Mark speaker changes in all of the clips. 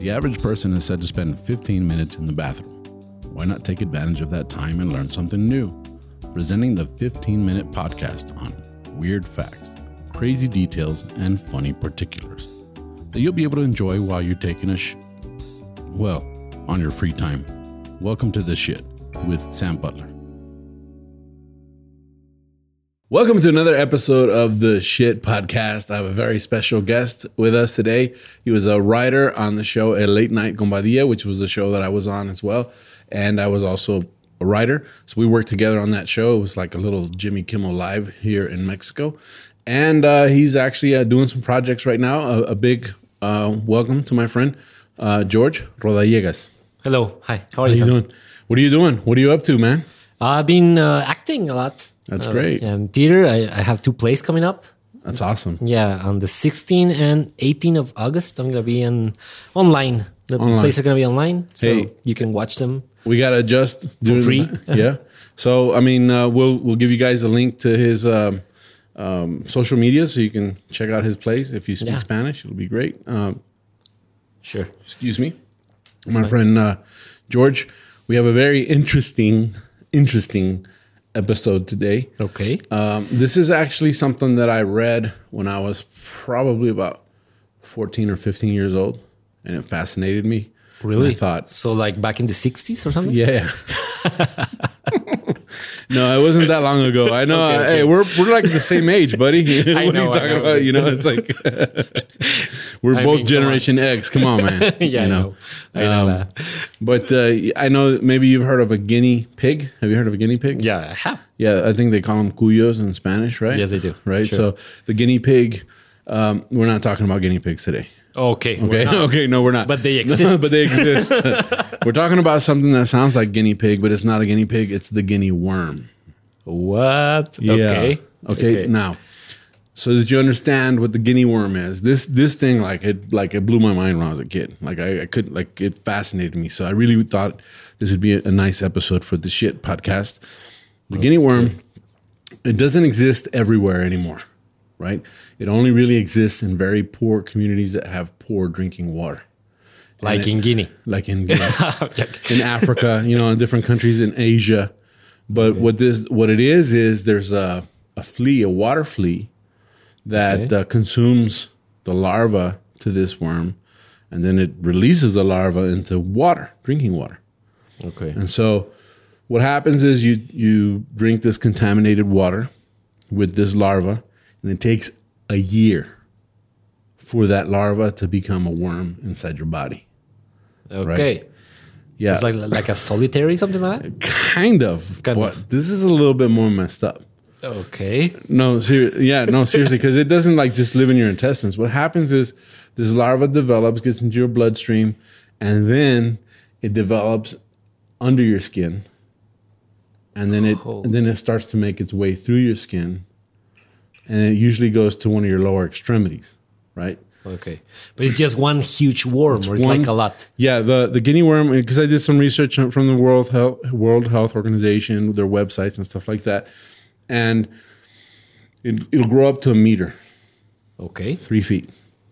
Speaker 1: The average person is said to spend 15 minutes in the bathroom. Why not take advantage of that time and learn something new? Presenting the 15 minute podcast on weird facts, crazy details, and funny particulars that you'll be able to enjoy while you're taking a sh. Well, on your free time. Welcome to The Shit with Sam Butler. Welcome to another episode of the Shit Podcast. I have a very special guest with us today. He was a writer on the show El Late Night Gombadilla, which was the show that I was on as well. And I was also a writer. So we worked together on that show. It was like a little Jimmy Kimmel Live here in Mexico. And uh, he's actually uh, doing some projects right now. A, a big uh, welcome to my friend, uh, George Rodallegas.
Speaker 2: Hello. Hi. How
Speaker 1: How
Speaker 2: are you?
Speaker 1: you
Speaker 2: sir?
Speaker 1: doing? What are you doing? What are you up to, man?
Speaker 2: I've been uh, acting a lot.
Speaker 1: That's
Speaker 2: Uh,
Speaker 1: great.
Speaker 2: Um, theater. I, I have two plays coming up.
Speaker 1: That's awesome.
Speaker 2: Yeah, on the 16th and 18th of August, I'm gonna be in online. The plays are gonna be online, so
Speaker 1: Hey.
Speaker 2: you can watch them.
Speaker 1: We gotta adjust during
Speaker 2: free?
Speaker 1: the- yeah. So I mean, uh, we'll we'll give you guys a link to his um, um, social media so you can check out his place. If you speak
Speaker 2: Yeah.
Speaker 1: Spanish, it'll be great. Um,
Speaker 2: Sure.
Speaker 1: excuse me, my friend uh, George. We have a very interesting interesting episode today.
Speaker 2: Okay.
Speaker 1: Um, this is actually something that I read when I was probably about fourteen or fifteen years old, and it fascinated me. And I thought
Speaker 2: so, like back in the 60s or something.
Speaker 1: yeah. no, it wasn't that long ago. I know.
Speaker 2: Okay,
Speaker 1: Hey,
Speaker 2: okay.
Speaker 1: we're we're like the same age, buddy. what are
Speaker 2: know,
Speaker 1: you
Speaker 2: I
Speaker 1: talking
Speaker 2: know.
Speaker 1: about? You know, it's like we're both
Speaker 2: I mean, come on.
Speaker 1: Generation X. Come on, man. Um,
Speaker 2: Yeah, I know. I know that.
Speaker 1: But uh, I know maybe you've heard of a guinea pig. Have you heard of a guinea pig?
Speaker 2: Yeah, I have.
Speaker 1: Yeah, I think they call them cuyos in Spanish, right?
Speaker 2: Yes, they do.
Speaker 1: Right. So the guinea pig. Um, we're not talking about guinea pigs today.
Speaker 2: Okay. we're
Speaker 1: Okay.
Speaker 2: not-
Speaker 1: Okay. No, we're not.
Speaker 2: But they
Speaker 1: No,
Speaker 2: exist.
Speaker 1: but they exist. we're talking about something that sounds like guinea pig, but it's not a guinea pig. It's the guinea worm.
Speaker 2: What?
Speaker 1: Okay. Okay. Now, so that you understand what the guinea worm is, this this thing like it like it blew my mind when I was a kid. Like I, I couldn't like it fascinated me. So I really thought this would be a, a nice episode for the shit podcast. The guinea worm, it doesn't exist everywhere anymore, right? It only really exists in very poor communities that have poor drinking water,
Speaker 2: Like in Guinea.
Speaker 1: like in Guinea
Speaker 2: Check.
Speaker 1: in Africa, you know, in different countries in Asia. But what this what it is is there's a a flea, a water flea, that uh, consumes the larva to this worm, and then it releases the larva into water, drinking water.
Speaker 2: okay.
Speaker 1: And so what happens is you you drink this contaminated water with this larva and it takes a year for that larva to become a worm inside your body.
Speaker 2: Okay.
Speaker 1: Yeah.
Speaker 2: It's like like a solitary something like that.
Speaker 1: kind of.
Speaker 2: Kind
Speaker 1: but
Speaker 2: of.
Speaker 1: This is a little bit more messed up. Uh,
Speaker 2: Okay.
Speaker 1: No, ser- yeah, no, seriously, because it doesn't like just live in your intestines. What happens is this larva develops, gets into your bloodstream, and then it develops under your skin, and then it
Speaker 2: Oh.
Speaker 1: and then it starts to make its way through your skin, and it usually goes to one of your lower extremities, right?
Speaker 2: Okay. But it's just one huge worm, or it's
Speaker 1: one-
Speaker 2: like a lot.
Speaker 1: Yeah, the the guinea worm because I did some research on- from the World Health World Health Organization, their websites and stuff like that, and it, it'll grow up to a meter,
Speaker 2: Okay.
Speaker 1: three feet.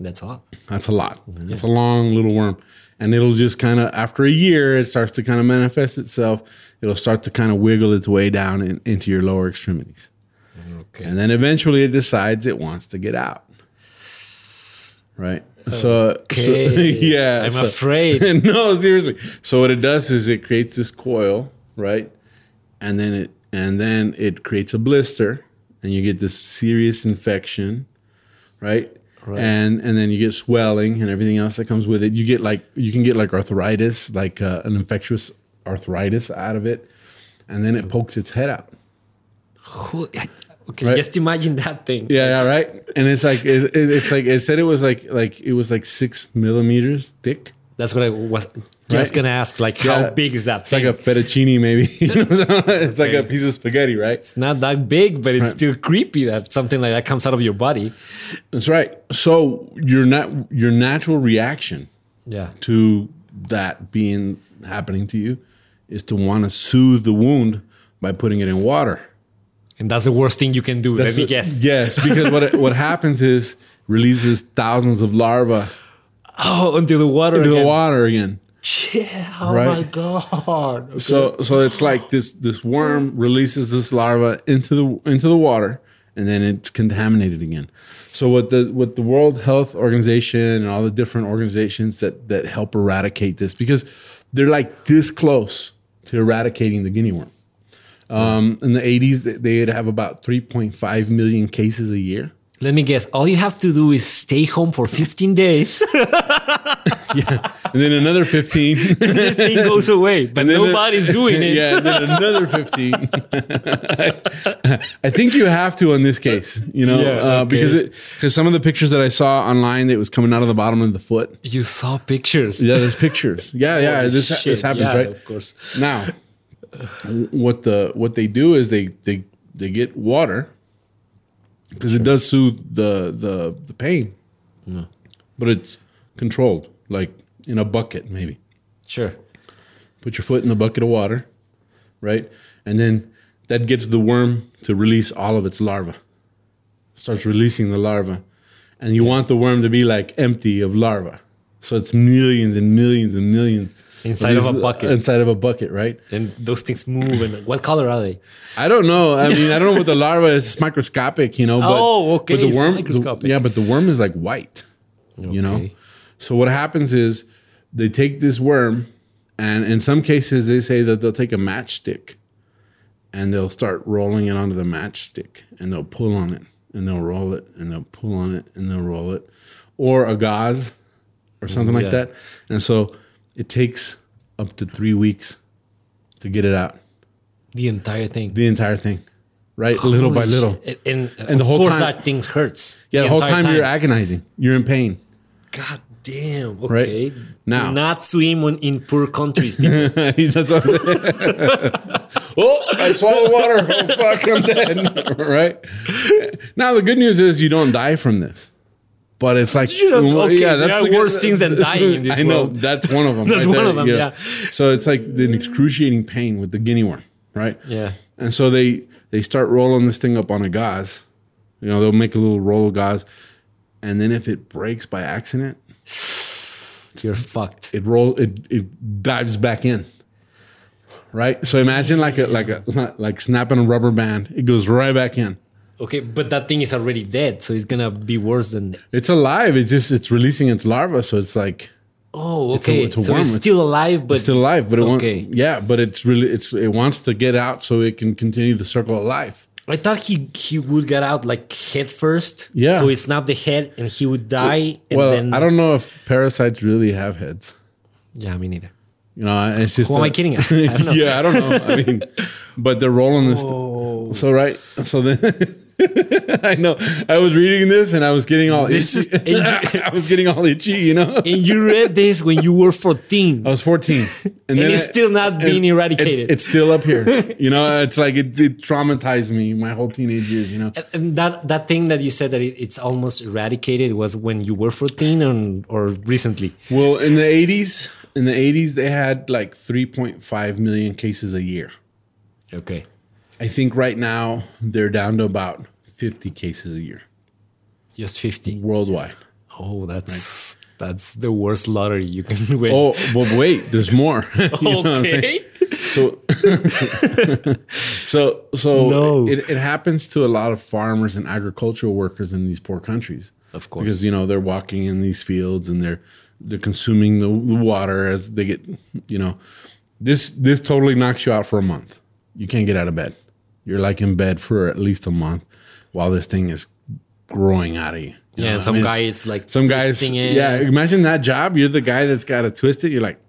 Speaker 2: That's a lot.
Speaker 1: That's a lot. That's a long little worm, and it'll just kind of after a year, it starts to kind of manifest itself. It'll start to kind of wiggle its way down in, into your lower extremities,
Speaker 2: Okay.
Speaker 1: and then eventually it decides it wants to get out. Right. So, so- yeah.
Speaker 2: I'm
Speaker 1: so-
Speaker 2: afraid.
Speaker 1: no, seriously. So what it does is it creates this coil, right? And then it and then it creates a blister, and you get this serious infection, right?
Speaker 2: Right.
Speaker 1: And and then you get swelling and everything else that comes with it. You get like you can get like arthritis, like uh, an infectious arthritis out of it, and then it pokes its head out.
Speaker 2: Who- okay.
Speaker 1: Right.
Speaker 2: Just imagine that thing.
Speaker 1: Yeah, yeah, right. And it's like it's, it's like it said it was like like it was like six millimeters thick.
Speaker 2: That's what I was just
Speaker 1: Right.
Speaker 2: gonna ask. Like,
Speaker 1: Yeah.
Speaker 2: how big is that
Speaker 1: It's like
Speaker 2: thing?
Speaker 1: a fettuccine, maybe. You know what I'm saying? it's like a piece of spaghetti, right?
Speaker 2: it's not that big, but it's still creepy that something like that comes out of your body.
Speaker 1: That's right. So your nat- your natural reaction
Speaker 2: Yeah.
Speaker 1: to that being happening to you is to want to soothe the wound by putting it in water.
Speaker 2: And that's the worst thing you can do.
Speaker 1: That's
Speaker 2: let me
Speaker 1: what-
Speaker 2: guess.
Speaker 1: Yes, because what what happens is releases thousands of larvae
Speaker 2: Oh, into the water.
Speaker 1: into the
Speaker 2: again.
Speaker 1: water again.
Speaker 2: Yeah. Oh
Speaker 1: Right.
Speaker 2: my god. Okay.
Speaker 1: So so it's like this this worm releases this larva into the into the water and then it's contaminated again. So what the what the World Health Organization and all the different organizations that that help eradicate this because they're like this close to eradicating the guinea worm. Um, in the 80s, they- they'd have about 3.5 million cases a year.
Speaker 2: let me guess. All you have to do is stay home for 15 days.
Speaker 1: And then another 15.
Speaker 2: this thing goes away, but
Speaker 1: And then-
Speaker 2: nobody's doing it.
Speaker 1: Yeah, and then another 15. I think you have to on this case, you know,
Speaker 2: Yeah,
Speaker 1: uh,
Speaker 2: okay.
Speaker 1: because it, cause some of the pictures that I saw online that was coming out of the bottom of the foot.
Speaker 2: You saw pictures.
Speaker 1: Yeah, there's pictures. Yeah, yeah,
Speaker 2: Holy
Speaker 1: this, this
Speaker 2: shit.
Speaker 1: happens,
Speaker 2: Yeah,
Speaker 1: right?
Speaker 2: Of course.
Speaker 1: Now, what the what they do is they they they get water because it does soothe the the the pain, but it's controlled, like in a bucket, maybe
Speaker 2: Sure.
Speaker 1: put your foot in the bucket of water, right? And then that gets the worm to release all of its larva. Starts releasing the larva. And you want the worm to be like empty of larva. So it's millions and millions and millions
Speaker 2: Inside of
Speaker 1: these-
Speaker 2: a bucket.
Speaker 1: uh, Inside of a bucket, right?
Speaker 2: And those things move. And what color are they?
Speaker 1: I don't know. I mean, I don't know what the larva is. It's microscopic, you know. But,
Speaker 2: Oh, okay,
Speaker 1: But the
Speaker 2: it's
Speaker 1: worm,
Speaker 2: microscopic.
Speaker 1: yeah, but the worm is like white, you know.
Speaker 2: Okay.
Speaker 1: So what happens is they take this worm, and in some cases they say that they'll take a matchstick, and they'll start rolling it onto the matchstick, and they'll pull on it, and they'll roll it, and they'll pull on it, and they'll roll it, or a gauze, or something
Speaker 2: yeah.
Speaker 1: like that. And so it takes up to three weeks to get it out
Speaker 2: The entire thing.
Speaker 1: the entire thing, right? little by
Speaker 2: Holy
Speaker 1: little.
Speaker 2: shit. And, and,
Speaker 1: And the
Speaker 2: of
Speaker 1: whole
Speaker 2: course
Speaker 1: time-
Speaker 2: that thing hurts.
Speaker 1: Yeah, the, whole
Speaker 2: entire
Speaker 1: time, you're agonizing, you're in pain.
Speaker 2: God damn. Okay.
Speaker 1: Now-
Speaker 2: Do not swim when in poor countries. people.
Speaker 1: That's what I'm saying. oh, I swallowed water. Oh, fuck, I'm dead. right? Now, the good news is you don't die from this. But it's like,
Speaker 2: you not- okay, there are
Speaker 1: the good-
Speaker 2: worse things than dying in this
Speaker 1: I know,
Speaker 2: world.
Speaker 1: that's one of them.
Speaker 2: That's
Speaker 1: right
Speaker 2: one
Speaker 1: there,
Speaker 2: of them,
Speaker 1: you know.
Speaker 2: yeah.
Speaker 1: So it's like an excruciating pain with the guinea worm, right?
Speaker 2: yeah.
Speaker 1: And so they they start rolling this thing up on a gauze. You know, they'll make a little roll of gauze. And then if it breaks by accident,
Speaker 2: You're fucked.
Speaker 1: it roll it it dives back in. Right? So imagine like a like a like snapping a rubber band. It goes right back in.
Speaker 2: Okay, but that thing is already dead, so it's gonna be worse than.
Speaker 1: It's alive. It's just it's releasing its larva, so it's like
Speaker 2: Oh,
Speaker 1: a-
Speaker 2: okay.
Speaker 1: it's a
Speaker 2: so
Speaker 1: worm.
Speaker 2: it's still alive, but
Speaker 1: still alive, but it
Speaker 2: Okay.
Speaker 1: won't yeah, but it's really it's it wants to get out so it can continue the circle of life.
Speaker 2: I thought he he would get out like head first.
Speaker 1: Yeah.
Speaker 2: So he snapped the head and he would die. and
Speaker 1: well,
Speaker 2: then,
Speaker 1: I don't know if parasites really have heads.
Speaker 2: Yeah, me neither.
Speaker 1: You know, it's just
Speaker 2: Who am
Speaker 1: a-
Speaker 2: I kidding? I don't know.
Speaker 1: yeah, I don't know. I mean, but they're rolling this.
Speaker 2: Oh.
Speaker 1: So right, so then I know I was reading this and I was getting all
Speaker 2: This
Speaker 1: itchy.
Speaker 2: is-
Speaker 1: I was getting all itchy, you know.
Speaker 2: And you read this when you were
Speaker 1: I
Speaker 2: 14.
Speaker 1: was 14, and,
Speaker 2: it's still not
Speaker 1: and
Speaker 2: being eradicated.
Speaker 1: It's, it's still up here, you know. It's like it, it traumatized me my whole teenage years, you know.
Speaker 2: And that, that thing that you said that it, it's almost eradicated was when you were 14 and, or recently.
Speaker 1: Well, in the 80s, in the 80s, they had like 3.5 million cases a year.
Speaker 2: Okay.
Speaker 1: I think right now they're down to about 50 cases a year
Speaker 2: Just 50.
Speaker 1: worldwide.
Speaker 2: Oh, that's that's the worst lottery you can win.
Speaker 1: Oh, but wait, there's more. You know what I'm saying?
Speaker 2: okay.
Speaker 1: So, so, so
Speaker 2: No.
Speaker 1: it, it happens to a lot of farmers and agricultural workers in these poor countries.
Speaker 2: Of course.
Speaker 1: Because, you know, they're walking in these fields and they're, they're consuming the, the water as they get, you know, this, this totally knocks you out for a month. You can't get out of bed. You're like in bed for at least a month while this thing is growing out of you. You
Speaker 2: Yeah,
Speaker 1: know,
Speaker 2: and
Speaker 1: I
Speaker 2: some
Speaker 1: mean,
Speaker 2: guy
Speaker 1: it's-
Speaker 2: is like
Speaker 1: some guys,
Speaker 2: twisting it.
Speaker 1: yeah. Imagine that job. You're the guy that's got to twist it. You're like,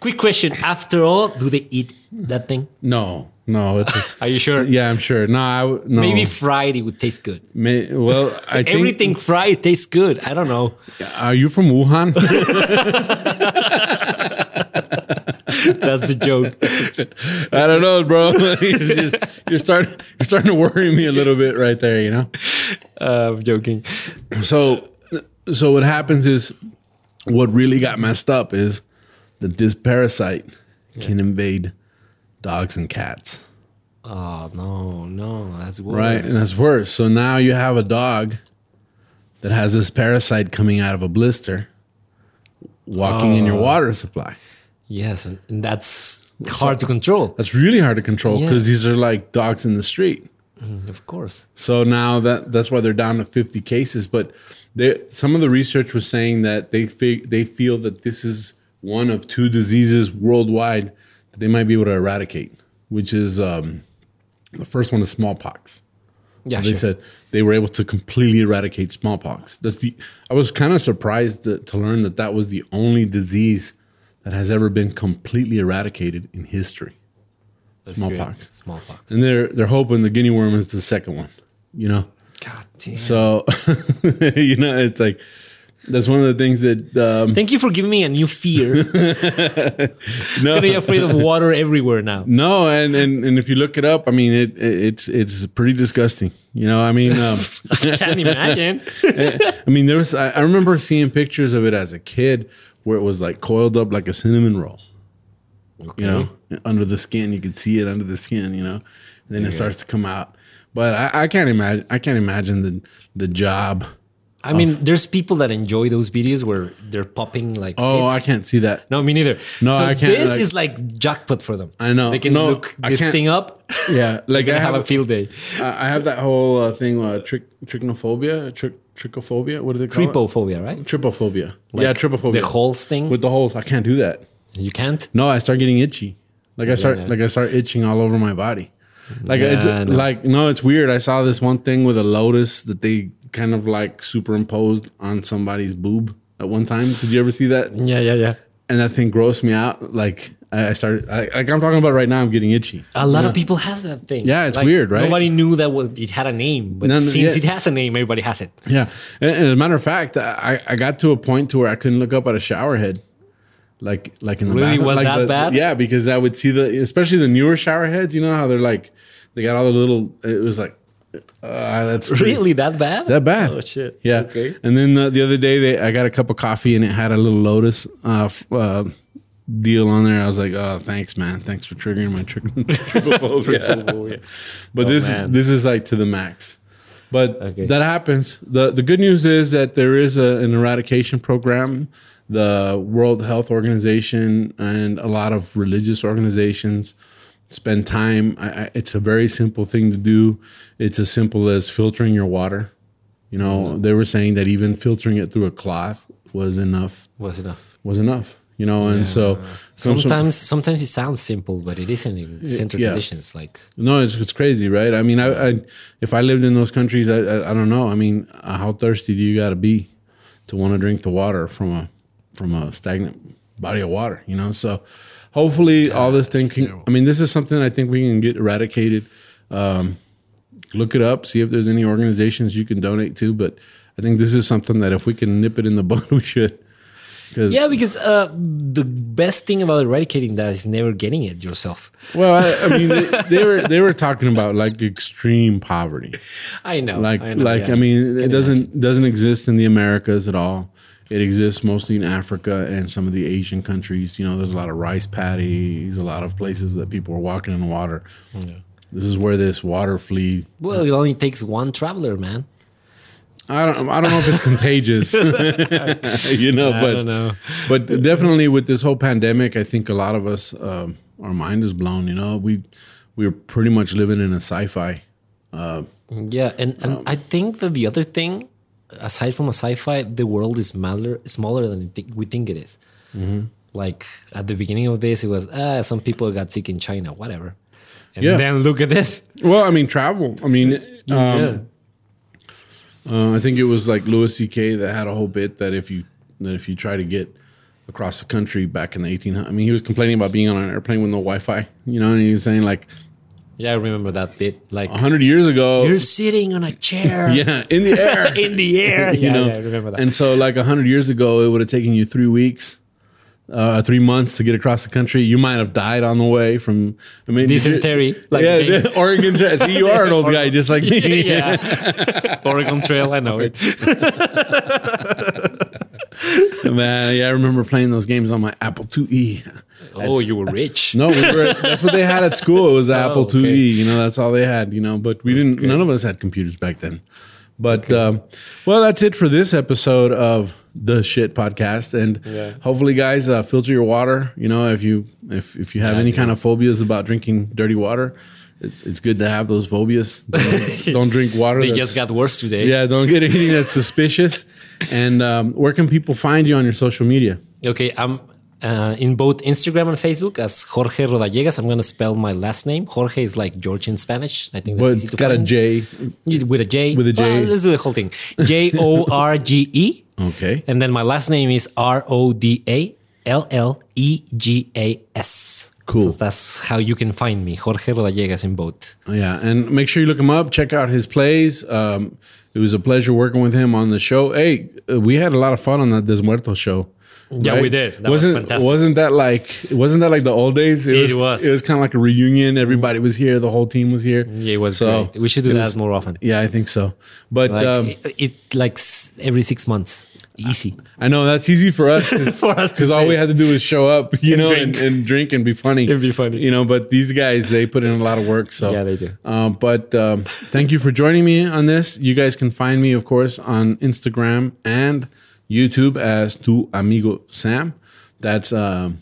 Speaker 2: Quick question. After all, do they eat that thing?
Speaker 1: no, no, it's,
Speaker 2: Are you sure?
Speaker 1: Yeah, I'm sure. No, I w- no.
Speaker 2: Maybe fried it would taste good.
Speaker 1: May, well, I think.
Speaker 2: Everything fried tastes good. I don't know.
Speaker 1: Are you from Wuhan?
Speaker 2: That's the joke.
Speaker 1: I don't know, bro. you're, just, you're starting. You're starting to worry me a little bit right there. You know.
Speaker 2: Uh, I'm joking.
Speaker 1: So, so what happens is, what really got messed up is that this parasite can invade dogs and cats.
Speaker 2: Oh no, no, that's worse.
Speaker 1: Right, and that's worse. So now you have a dog that has this parasite coming out of a blister, walking in
Speaker 2: Oh.
Speaker 1: your water supply.
Speaker 2: Yes, and, and that's hard to control.
Speaker 1: That's really hard to control
Speaker 2: Yeah.
Speaker 1: because these are like dogs in the street.
Speaker 2: Of course.
Speaker 1: So now that that's why they're down to 50 cases. But they, some of the research was saying that they fig, they feel that this is one of two diseases worldwide that they might be able to eradicate, which is um, the first one is smallpox.
Speaker 2: Yeah,
Speaker 1: They
Speaker 2: sure.
Speaker 1: said they were able to completely eradicate smallpox. That's the I was kind of surprised to, to learn that that was the only disease that has ever been completely eradicated in history.
Speaker 2: That's
Speaker 1: smallpox.
Speaker 2: great. Smallpox.
Speaker 1: And they're they're hoping the guinea worm is the second one, you know.
Speaker 2: God damn.
Speaker 1: So you know, it's like that's one of the things that um,
Speaker 2: Thank you for giving me a new fear.
Speaker 1: no,
Speaker 2: I'm gonna be afraid of water everywhere now.
Speaker 1: no, and, and and if you look it up, I mean, it, it it's it's pretty disgusting. You know, I mean, um, eh,
Speaker 2: I can't imagine.
Speaker 1: I mean, there was I, I remember seeing pictures of it as a kid where it was like coiled up like a cinnamon roll. You know, under the skin, you could see it under the skin. You know, and then it starts to come out. But I, I can't imagine. I can't imagine the the job.
Speaker 2: I mean, there's people that enjoy those videos where they're popping like.
Speaker 1: Oh, I
Speaker 2: kids.
Speaker 1: can't see that.
Speaker 2: No, me neither.
Speaker 1: No,
Speaker 2: so
Speaker 1: I can't,
Speaker 2: This
Speaker 1: like-
Speaker 2: is like jackpot for them.
Speaker 1: I know.
Speaker 2: They can
Speaker 1: No,
Speaker 2: look
Speaker 1: I
Speaker 2: this
Speaker 1: can't-
Speaker 2: thing up.
Speaker 1: Yeah, like I
Speaker 2: Gonna have a
Speaker 1: have
Speaker 2: field day.
Speaker 1: I I have that whole uh, thing, uh, trick, trichnophobia, trick, trichophobia. What do they call it?
Speaker 2: Tripophobia, right?
Speaker 1: Tripophobia. yeah, tripophobia.
Speaker 2: The holes thing.
Speaker 1: with the holes. I can't do that.
Speaker 2: you can't.
Speaker 1: No, I start getting itchy. Like I start,
Speaker 2: Yeah.
Speaker 1: like I start itching all over my body. Like, it's,
Speaker 2: Yeah, I know.
Speaker 1: like no, it's weird. I saw this one thing with a lotus that they kind of like superimposed on somebody's boob at one time. Did you ever see that?
Speaker 2: Yeah, yeah, yeah.
Speaker 1: And that thing grossed me out. Like I I started, I, like I'm talking about right now. I'm getting itchy.
Speaker 2: A lot of people has that thing.
Speaker 1: Yeah, it's weird, right?
Speaker 2: Nobody knew that was, it had a name, but
Speaker 1: No, no,
Speaker 2: since
Speaker 1: yeah.
Speaker 2: it has a name, everybody has it.
Speaker 1: Yeah. And, and as a matter of fact, I, I got to a point to where I couldn't look up at a shower head. Like like in the
Speaker 2: Really?
Speaker 1: bathroom.
Speaker 2: Was
Speaker 1: Like
Speaker 2: that
Speaker 1: the-
Speaker 2: bad?
Speaker 1: Yeah, because I would see the especially the newer shower heads, you know how they're like they got all the little it was like uh, that's pretty-
Speaker 2: Really, that bad?
Speaker 1: that bad.
Speaker 2: Oh, shit.
Speaker 1: Yeah.
Speaker 2: Okay.
Speaker 1: And then the, the other day they I got a cup of coffee and it had a little lotus uh, f- uh deal on there. I was like, "Oh, thanks man. Thanks for triggering my trigger."
Speaker 2: Tripophobia.
Speaker 1: But this
Speaker 2: Oh, man.
Speaker 1: this is like to the max. But
Speaker 2: Okay.
Speaker 1: that happens. the The good news is that there is a, an eradication program. The World Health Organization and a lot of religious organizations spend time. I, I, it's a very simple thing to do. It's as simple as filtering your water. You know,
Speaker 2: Mm-hmm.
Speaker 1: they were saying that even filtering it through a cloth was enough.
Speaker 2: Was enough.
Speaker 1: Was enough. You know, and so comes from-
Speaker 2: Sometimes, sometimes it sounds simple, but it isn't in central
Speaker 1: yeah.
Speaker 2: conditions. Like
Speaker 1: No, it's it's crazy, right? I mean, I, I if I lived in those countries, I, I I don't know. I mean, uh, how thirsty do you got to be to want to drink the water from a from a stagnant body of water? You know, so hopefully all this thing
Speaker 2: it's
Speaker 1: can.
Speaker 2: terrible.
Speaker 1: I mean, this is something I think we can get eradicated. Um, look it up, see if there's any organizations you can donate to. But I think this is something that if we can nip it in the bud, we should. Because
Speaker 2: Yeah, because uh, the best thing about eradicating that is never getting it yourself.
Speaker 1: well, I, I mean, they, they were they were talking about like extreme poverty.
Speaker 2: I know.
Speaker 1: like
Speaker 2: I know,
Speaker 1: like
Speaker 2: yeah.
Speaker 1: i mean it doesn't doesn't exist in the americas at all it exists mostly in africa and some of the asian countries you know there's a lot of rice paddies a lot of places that people are walking in the water
Speaker 2: Oh,
Speaker 1: this is where this water flea
Speaker 2: well, it only takes one traveler, man.
Speaker 1: i don't i don't know if it's contagious you know but
Speaker 2: know.
Speaker 1: but definitely with this whole pandemic, I think a lot of us, um, our mind is blown. You know, we we're pretty much living in a sci-fi. uh,
Speaker 2: Yeah, and, and I think that the other thing, aside from a sci-fi, the world is smaller, smaller than it thi- we think it is. Mm-hmm. Like at the beginning of this, it was ah, some people got sick in China, whatever. And
Speaker 1: Yeah.
Speaker 2: then look at this.
Speaker 1: Well, I mean, travel. I mean, um,
Speaker 2: yeah.
Speaker 1: Uh, I think it was like Louis C.K. that had a whole bit that if you that if you try to get across the country back in the 1800s, I mean, he was complaining about being on an airplane with no Wi-Fi, you know, and he was saying like
Speaker 2: Yeah, I remember that bit. Like
Speaker 1: 100 years ago,
Speaker 2: you're sitting on a chair
Speaker 1: yeah, in the air,
Speaker 2: in the air.
Speaker 1: you
Speaker 2: yeah,
Speaker 1: know,
Speaker 2: yeah, I remember that.
Speaker 1: and so like 100 years ago, it would have taken you three weeks. Uh, three months to get across the country. You might have died on the way from. I mean, did you-
Speaker 2: Dysentery, like
Speaker 1: yeah,
Speaker 2: me.
Speaker 1: Oregon. See, you are an old guy, just like me.
Speaker 2: yeah. Oregon Trail, I know it.
Speaker 1: Man, yeah, I remember playing those games on my Apple E. IIe.
Speaker 2: Oh, you were rich.
Speaker 1: No, we were, that's what they had at school. It was the Apple
Speaker 2: Oh, okay.
Speaker 1: IIe. You know, that's all they had. You know, but we didn't. None of us had computers back then. But um, well, that's it for this episode of the Shit Podcast, and hopefully, guys, uh, filter your water. You know, if you if if you have any kind of phobias about drinking dirty water, it's it's good to have those phobias. Don't, don't drink water.
Speaker 2: It
Speaker 1: that's-
Speaker 2: just got worse today.
Speaker 1: yeah, don't get anything that's suspicious. And um, where can people find you on your social media?
Speaker 2: Okay, I'm uh, in both Instagram and Facebook as Jorge Rodallegas. I'm going to spell my last name. Jorge is like George in Spanish. I think that's
Speaker 1: But
Speaker 2: easy
Speaker 1: it's
Speaker 2: to
Speaker 1: got a
Speaker 2: find.
Speaker 1: J.
Speaker 2: Yeah, With a J.
Speaker 1: With a J.
Speaker 2: Well, let's do the whole thing. J O R G E.
Speaker 1: Okay.
Speaker 2: And then my last name is R O D A L L E G A S.
Speaker 1: Cool.
Speaker 2: So that's how you can find me, Jorge Rodallegas in both.
Speaker 1: Yeah, and make sure you look him up. Check out his plays. Um, it was a pleasure working with him on the show. Hey, uh, we had a lot of fun on that Desmuerto show.
Speaker 2: Yeah, we did. That was
Speaker 1: wasn't
Speaker 2: fantastic.
Speaker 1: wasn't that like wasn't that like the old days? It,
Speaker 2: was.
Speaker 1: It was kind of like a reunion. Everybody was here. The whole team was here.
Speaker 2: Yeah, it was
Speaker 1: So,
Speaker 2: great. We should do
Speaker 1: it
Speaker 2: that
Speaker 1: was-
Speaker 2: more often.
Speaker 1: Yeah, I think so. But
Speaker 2: Like,
Speaker 1: um,
Speaker 2: it, it like s- every six months. Easy.
Speaker 1: I know that's easy for us
Speaker 2: For us to
Speaker 1: because all
Speaker 2: say.
Speaker 1: we had to do was show up, you know,
Speaker 2: drink.
Speaker 1: And, and drink and be funny.
Speaker 2: And be funny.
Speaker 1: you know. But these guys, they put in a lot of work. So
Speaker 2: Yeah, they do.
Speaker 1: Um, but um, thank you for joining me on this. You guys can find me, of course, on Instagram and YouTube as Tu Amigo Sam. That's um,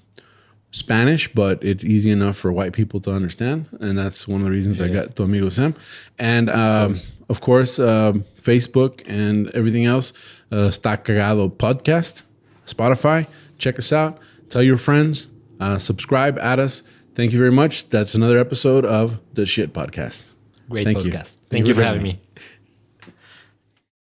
Speaker 1: Spanish, but it's easy enough for white people to understand, and that's one of the reasons I got Tu Amigo Sam. And um, of course, um, Facebook and everything else. Uh, Está Cagado podcast, Spotify. Check us out. Tell your friends. Uh, subscribe. Add us. Thank you very much. That's another episode of the Shit Podcast.
Speaker 2: Great
Speaker 1: Thank you.
Speaker 2: podcast.
Speaker 1: Thank
Speaker 2: Thank
Speaker 1: you
Speaker 2: you for
Speaker 1: very
Speaker 2: having
Speaker 1: much.
Speaker 2: me.